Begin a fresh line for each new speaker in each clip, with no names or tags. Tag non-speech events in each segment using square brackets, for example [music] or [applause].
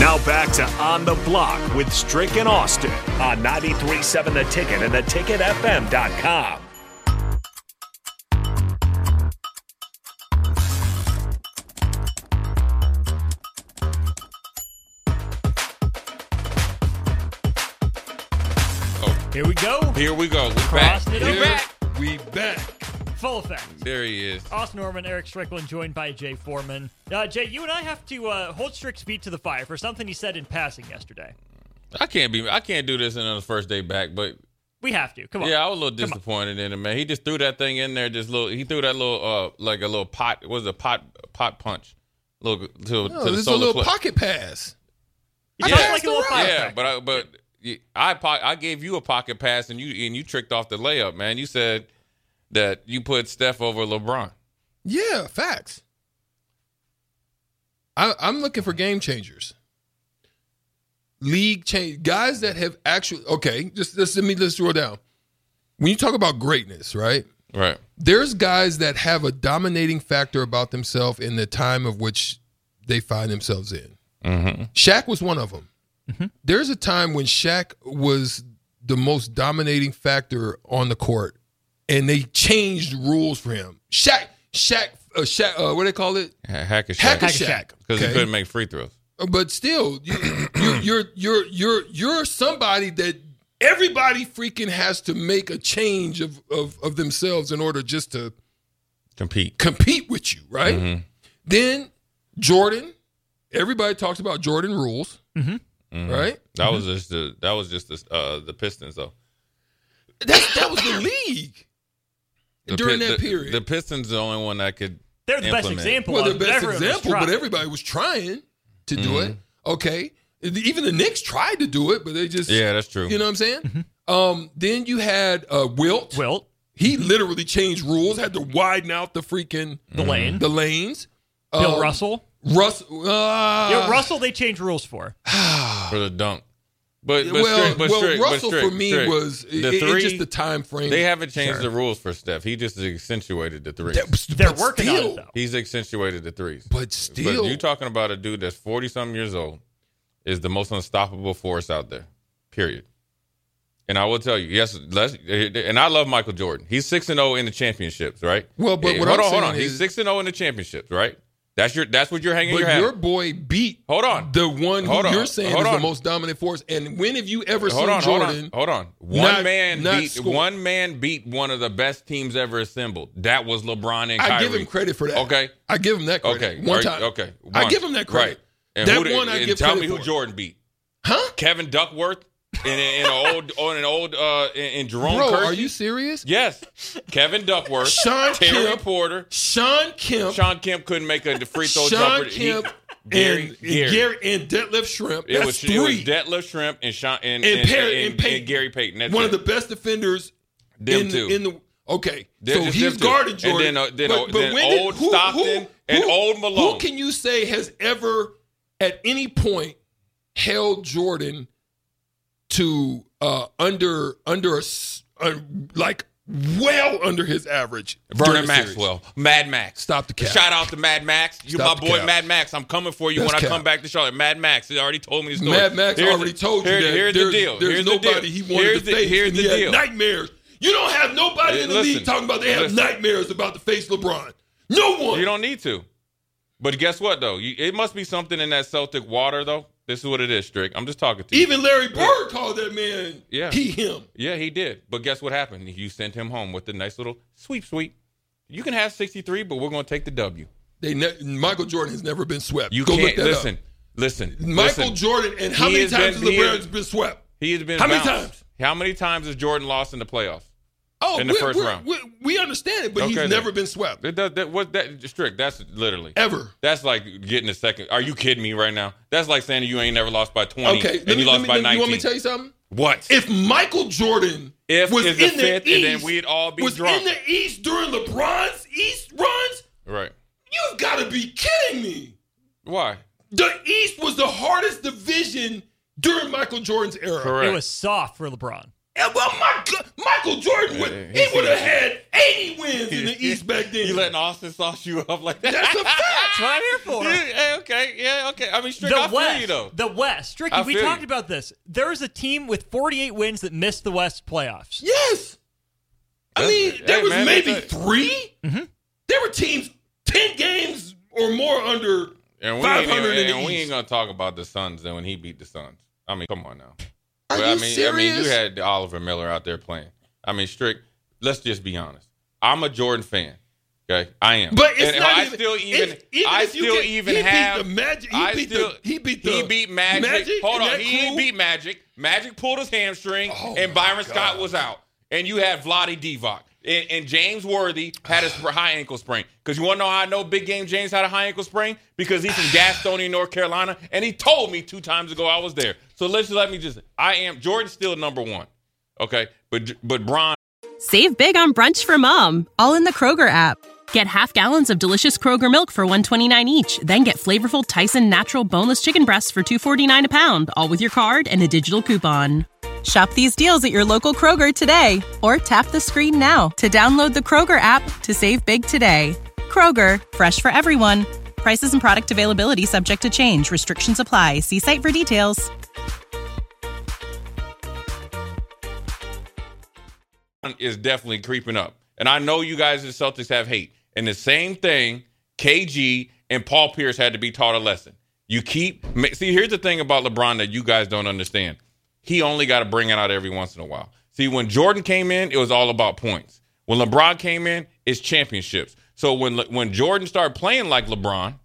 Now back to On the Block with Strick and Austin on 937 The Ticket and theticketfm.com.
Here we go.
Here we go. We're
Crossed
back.
it
Here
over. Oh.
We back.
Full effect.
There he is.
Austin Norman, Eric Strickland, joined by Jay Foreman. Uh, Jay, you and I have to uh, hold Strick's feet to the fire for something he said in passing yesterday.
I can't be. I can't do this in on the first day back. But
We have to. Come on.
yeah, I was a little
Come on.
disappointed in him, man. He just threw that thing in there. Just little. He threw that little, uh, like a little pot. What was a pot? Pot punch. Little to, to
No,
the
Oh, this is a
solar
little
plexus.
pocket pass.
You
Yeah.
talk like a little fire.
Yeah,
effect.
but I but y- I po- I gave you a pocket pass and you and you tricked off the layup, man. You said that you put Steph over LeBron.
Yeah, facts. I, I'm looking for game changers. League change guys that have actually okay. Just just let me let's drill down. When you talk about greatness, right?
Right.
There's guys that have a dominating factor about themselves in the time of which they find themselves in.
Mm-hmm.
Shaq was one of them. There's a time when Shaq was the most dominating factor on the court, and they changed rules for him. Shaq, Shaq, uh, Shaq. Uh, what do they call it?
Hack a
Hack a
Shaq.
Shaq.
Because he couldn't make free throws.
But still, you, you're, you're you're you're you're somebody that everybody freaking has to make a change of of, of themselves in order just to
Compete.
compete with you, right?
Mm-hmm.
Then Jordan. Everybody talks about Jordan rules,
Mm-hmm.
Mm-hmm.
right?
That was just the that was just the uh, the Pistons though.
That that was the league
The
during
Pi-
that
the-
period.
the Pistons the only one that could.
They're the best
Implement.
example.
well, the
of
best
everyone was
example, but
trying.
everybody was trying to do it. Okay, even the Knicks tried to do it, but they just
Mm-hmm. Yeah, that's true.
You know what I'm saying? Um, then you had uh, Wilt.
Mm-hmm. Wilt,
He literally changed rules, had to widen out the freaking
the
Mm-hmm.
lane,
the lanes.
Bill
Um,
Russell.
Russ. Uh,
yeah, Russell. They changed rules for.
for the dunk. But, but
well,
Strick- but
well,
Strick- but
Russell
Strick-
for me
Strick,
was it,
the
it-
three.
it's just the time frame.
they haven't changed the rules for Steph. He just accentuated the threes.
That was-
They're
but
working
still,
on it though.
He's accentuated the threes.
But still,
you're talking about a dude that's 40 something years old is the most unstoppable force out there. Period. And I will tell you, yes, let's, and I love Michael Jordan. He's 6 and 0 in the championships, right?
Well, but
Eh,
what
hold
I'm
on, hold on.
saying
He's
is-
6 and 0 in the championships, right? That's your that's what you're hanging
but
your hat.
your
on.
boy beat.
Hold on.
the one who
Hold on.
you're saying
Hold
is
on.
the most dominant force. And when have you ever
Hold
seen
on,
Jordan?
hold on, hold on. One
not-
man
not
beat
score?
one man beat one of the best teams ever assembled. That was LeBron and Kyrie.
I give him credit for that.
Okay.
I give him that credit.
Okay.
One
Are-
time.
Okay.
I
One.
give him that credit.
Right. And
that
who did-
one I
and
give
tell
credit
me who
for.
Jordan beat.
Huh?
Kevin Duckworth in, in an old [laughs] on an old uh in, in Jerome
Bro,
Kersey.
are you serious?
Yes. Kevin Duckworth,
Sean
Terry
Kemp.
Porter,
Sean Kemp.
Sean Kemp couldn't make a free throw
Sean
jumper. He-
Kemp.
Gary,
and,
Gary.
and Gary and Detlef Shrimp.
It
That's
was,
three.
it was Detlef Shrimp and Sean and,
and,
and-
Perry
and-
and, Payton.
and Gary Payton. That's
one
it.
of the best defenders
Them
in,
two.
The, in the okay.
They're
so
just
he's
them two.
guarded
And
Jordan.
then, uh, then, uh,
but, but
then
when did-
old
who- who-
Stockton and
who-
old Malone.
Who can you say has ever at any point held Jordan to uh, under under a s- uh, like well under his average? during
Vernon
the series?
Maxwell, Mad Max.
Stop the cap.
Shout out to Mad Max. You
Stop
my
the
boy,
cap.
Mad Max. I'm coming for you
That's
when I
cap.
come back to Charlotte. Mad Max. He already told me the story.
Mad Max
Here's
already
the-
told you
here-
that
Here's
there's,
the deal.
there's
here's
nobody
the
he
deal.
wanted
here's
to
the,
face.
Here's
and
the
he had
deal.
nightmares. You don't have nobody in the
Listen,
league talking about they have
listen.
nightmares about the face LeBron. No one.
You don't need to. But guess what though? You, it must be something in that Celtic water though. This is what it is, Strick. I'm just talking to you.
Even Larry Bird called that man.
Yeah.
He him.
yeah, he did. But guess what happened? You sent him home with the nice little sweep, sweep. You can have 63, but we're going to take the W.
They ne- Michael Jordan has never been swept.
You
Go
can't
look that
listen.
up.
Listen.
Michael
listen.
Jordan and how
He
many
has
times
been-
has
he
LeBron
has-
been swept?
He has been
How many
bounced.
times?
How many times has Jordan lost in the playoffs?
Oh,
in the
we-
1st
we-
round.
we, we understand it, but
Okay,
he's
then.
never been swept
That, that, that, what, that, strict, that's literally.
ever.
That's like getting a second. Are you kidding me right now? That's like saying you ain't never lost by 20
Okay,
and
let me-
you
let
lost
me-
by
let me-
19.
You want me to tell you something?
what?
If Michael Jordan
If
was
is the
in the
fifth, and then
East-
we'd all be
was
drunk.
in the East during LeBron's East runs,
right.
you've got to be kidding me.
Why?
The East was the hardest division during Michael Jordan's era.
Correct.
It was soft for LeBron.
And well, my God, Michael Jordan would
Yeah,
he
he's-
would have had 80 wins in the East back then.
You letting Austin sauce you up like that?
That's
[laughs]
a fact.
That's what I'm here for.
Yeah, hey, okay, yeah, okay. I mean, strict, I
the
feel you
West,
though.
the West. Ricky,
I
we
feel
talked
you.
about this. There is a team with 48 wins that missed the West playoffs.
Yes. I
That's-
mean,
hey,
there was
man,
maybe
that's Mm-hmm. a-
3 There were teams 10 games or more under
and we ain't,
500
even,
in the
and we
East.
ain't gonna talk about the Suns and when he beat the Suns. I mean, come on now.
Are
Well,
you
I mean,
serious?
I mean, you had Oliver Miller out there playing. I mean, strict. Let's just be honest. I'm a Jordan fan. Okay, I am.
But it's
and
not
I
even-
still even.
it's- even
I
if you
still
get-
even
he beat
have
the Magic- he
I
beat the-
still,
he beat
He
the
beat Magic.
Magic
Hold
and
on.
that
He
crew?
beat Magic. Magic pulled his hamstring,
Oh
and
my
Byron Scott
God.
was out. And you had Vladi Divac. And, and James Worthy had a sp- high ankle sprain. Because you want to know how I know big game James had a high ankle sprain? Because he's from
[sighs]
Gastonia, North Carolina. And he told me two times ago I was there. So let's let me just. I am. Jordan's still number one. Okay. But but Bron
Save big on brunch for mom, all in the Kroger app. Get half gallons of delicious Kroger milk for 129 each, then get flavorful Tyson natural boneless chicken breasts for 249 a pound, all with your card and a digital coupon. Shop these deals at your local Kroger today or tap the screen now to download the Kroger app to save big today. Kroger, fresh for everyone. Prices and product availability subject to change. Restrictions apply. See site for details.
is definitely creeping up. And I know you guys, the Celtics, have hate. And the same thing, KG and Paul Pierce had to be taught a lesson. You keep ma- see. Here's the thing about LeBron that you guys don't understand. He only got to bring it out every once in a while. See, when Jordan came in, it was all about points. When LeBron came in, it's championships. So when Le- when Jordan started playing like LeBron,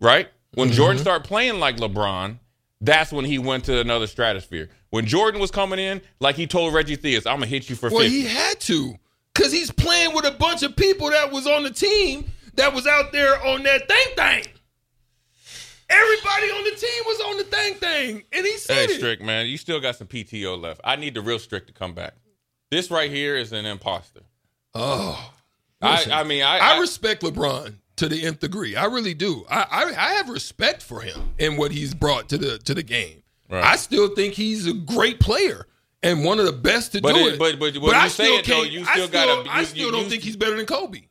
right? When
Mm-hmm.
Jordan started playing like LeBron, that's when he went to another stratosphere. When Jordan was coming in, like he told Reggie Theus, "I'm gonna hit you for
Well,
50.
he had to because he's playing with a bunch of people that was on the team that was out there on that thing thing. Everybody on the team was on the thing thing, and he
Hey,
said it.
Strick, man, you still got some PTO left. I need the real Strick to come back. This right here is an imposter.
Oh,
I,
Listen,
I mean, I,
I,
I-
respect LeBron to the nth degree. I really do. I, I I have respect for him and what he's brought to the to the game.
Right.
I still think he's a great player and one of the best to
But
do
it-
it.
but- but when
I
you say
still
it, though,
can't-
you
I
still gotta-
I
you-
still
you-
don't
you-
think he's better than Kobe,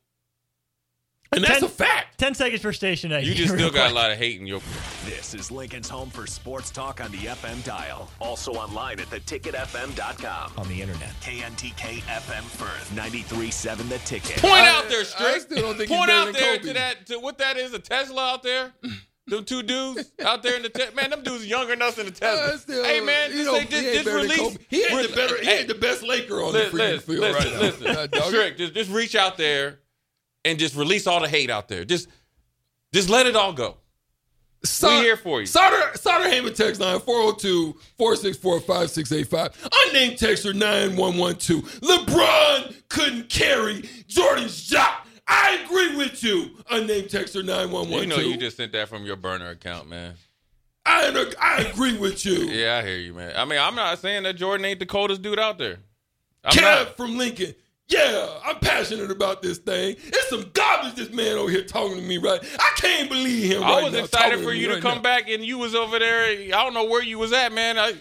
and that's
Ten-
a fact.
10 seconds for station A.
you
[laughs]
[laughs]
just still got a lot of hate in your. [laughs]
This is Lincoln's home for sports talk on the FM dial. Also online at theticketfm.com.
on the internet.
KNTK FM Firth, 93.7 The Ticket.
Point
I-
out there, Strick.
I still don't think he's
Point
better
out
than
there
Kobe.
to that to what that is a Tesla out
[laughs]
there. Them two dudes out there in the te- man, them dudes younger than us in the Tesla.
Uh, still,
hey man,
you
just,
know,
say, just,
he ain't
just
better than
release.
Kobe. He ain't
re-
the better. He
hey,
ain't the best Laker on
Listen,
the freaking
listen,
field
listen,
right
listen.
now. [laughs] Uh, dog,
Trick, just, just reach out there and just release all the hate out there. Just just let it all go.
Sod-
here for you.
Sauter, Sauter Heyman text line 402 464 5685. Unnamed texter 9112. LeBron couldn't carry Jordan's shot. I agree with you. Unnamed texter 9112.
You know you just sent that from your burner account, man.
I, un- I agree with you.
Yeah, I hear you, man. I mean, I'm not saying that Jordan ain't the coldest dude out there. I'm
Kev
not.
from Lincoln. Yeah, I'm passionate about this thing. It's some garbage this man over here talking to me right. I can't believe him right
I was
now,
excited
talking
for
me
you to
right
come
now.
back, and you was over there. I don't know where you was at, man. I,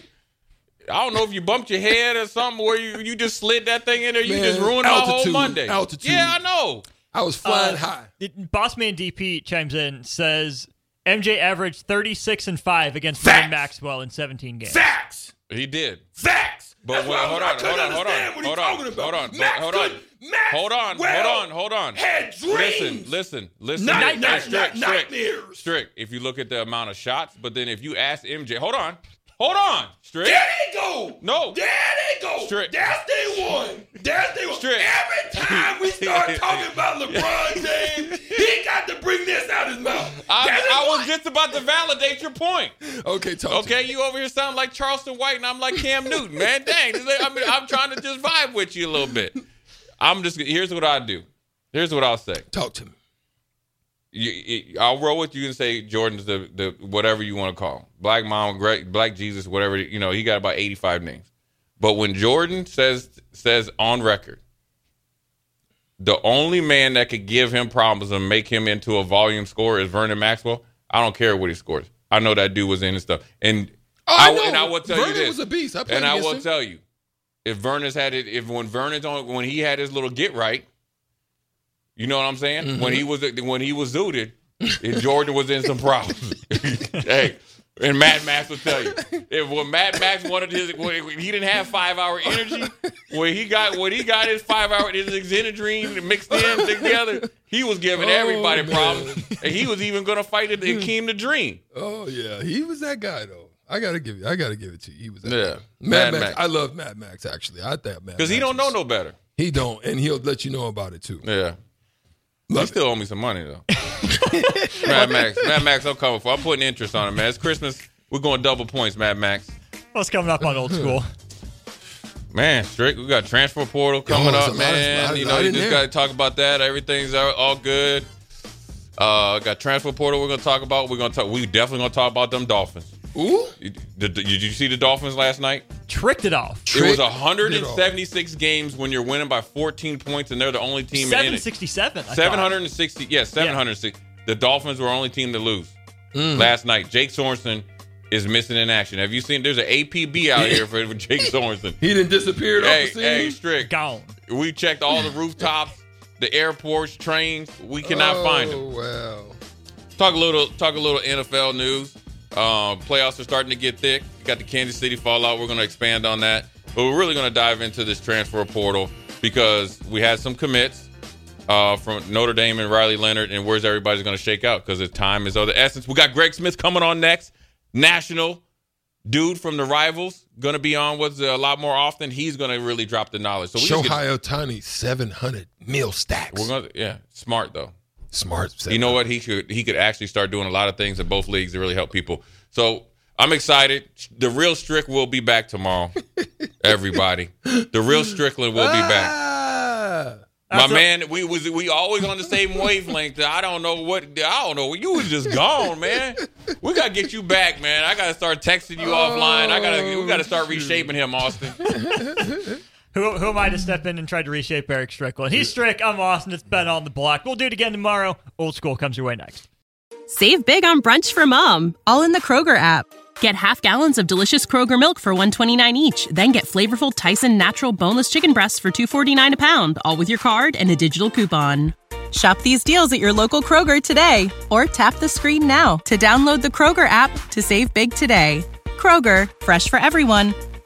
I don't know if you bumped your head or something, where you, you just slid that thing in there. You
Man,
just ruined my whole
altitude,
Monday.
altitude.
Yeah, I know.
I was flying high.
It, Bossman DP chimes in, says MJ averaged 36 and 5 against
Facts.
Wayne Maxwell in 17 games.
Facts.
He did.
Facts.
But
That's
when,
why I was-
hold
I
on, hold
couldn't
on, hold on,
understand what he
hold on,
talking about.
hold on,
Max
hold on,
couldn't- Max
hold on,
well
hold on, hold on.
Had dreams.
Listen, listen, listen.
Night-
Hey,
night-
Strick,
night-
Strick,
nightmares.
Strick, if you look at the amount of shots, but then if you ask MJ, hold on, hold on, Strick.
There they go.
No.
There they go.
Strict.
That's they one. That's they one.
Strict.
Every time
[laughs]
we start talking about LeBron James, he got to bring this out his mouth. That's
I, I
his
was just about to validate your point.
one. [laughs] okay. Talk
Okay, you over here sound like Charleston White, and I'm like Cam Newton, man. Dang, this is- I mean, I'm trying to just vibe with you a little bit. I'm just here's what I do. Here's what I'll say.
Talk to me.
You, you- I'll roll with you and say Jordan's the the whatever you want to call him. black mom, great black Jesus, whatever you know. He got about 85 names. But when Jordan says says on record, the only man that could give him problems and make him into a volume scorer is Vernon Maxwell. I don't care what he scores. I know that dude was in his stuff. And
Oh, I know.
and I will tell
Vernon
you this.
was a beast. I played
and I
against
will
him.
tell you, if Vernon's had it, if when Vernon's on, when he had his little get right, you know what I'm saying? When he was
Mm-hmm.
when he was zooted, if Jordan was in some problems. [laughs] hey, and Mad Max will tell you if when Mad Max wanted his, when he didn't have five hour energy. When he got when he got his five hour his Xenadrine mixed in together, he was giving
Oh,
everybody
man. Mm.
problems, and he was even gonna fight it. Akeem the Dream.
Oh yeah, he was that guy though. I gotta give you. I gotta give it to you. He was that
Yeah.
guy.
Mad
Mad, Max.
Max.
I love Mad Max actually. I think Mad
Because he
Max
don't know
was-
no better.
He don't, and he'll let you know about it too.
Yeah.
Love
he still owe me some money though. [laughs] Mad Max, Mad Max, I'm coming for. I'm putting interest on it, man. It's Christmas. We're going double points, Mad Max.
What's coming up on old school?
Man, strict. We got transfer portal coming
there's a
up,
lot of-
man.
lot-
you
lot
know, you
in
just
there.
got to talk about that. Everything's all all good. Uh, got transfer portal. We're gonna talk about. We're gonna talk. We definitely gonna talk about them Dolphins.
Ooh,
You- Did, did you see the Dolphins last night?
Tricked it off.
it was
Trick
176 games when you're winning by 14 points, and they're the only team in it.
767. I thought.
760. Yeah, 760. The Dolphins were only team to lose last night. Jake Sorensen is missing in action. Have you seen? There's an APB out here for, for Jake Sorensen.
He didn't disappear
hey,
off the
hey,
scene.
Strick.
Gone.
We checked all the rooftops, the airports, trains. We cannot find him.
Oh, Wow.
Talk a little. Talk a little NFL news. Um, playoffs are starting to get thick. We got the Kansas City fallout. We're going to expand on that, but we're really going to dive into this transfer portal because we had some commits uh, from Notre Dame and Riley Leonard, and where's everybody's going to shake out because the time is of the essence. We got Greg Smith coming on next. National dude from the rivals going to be on with us a lot more often. He's going to really drop the knowledge. So we just get,
Shohei Otani, seven hundred mil stacks.
we're going to yeah smart though.
Smart.
You know what? He could he could actually start doing a lot of things in both leagues to really help people. So I'm excited. The real Strick will be back tomorrow. Everybody, the real Strickland will be
Ah.
back.
back.
My man, we was we always on the same wavelength. I don't know what I don't know. You was just gone, man. We gotta get you back, man. I gotta start texting you offline. I gotta we gotta start reshaping him, Austin.
Who, who am I to step in and try to reshape Eric Strickland? He's Strick. I'm Austin. It's Ben on the block. We'll do it again tomorrow. Old school comes your way next.
Save big on brunch for mom, all in the Kroger app. Get half gallons of delicious Kroger milk for 129 each, then get flavorful Tyson natural boneless chicken breasts for 249 a pound, all with your card and a digital coupon. Shop these deals at your local Kroger today or tap the screen now to download the Kroger app to save big today. Kroger, fresh for everyone.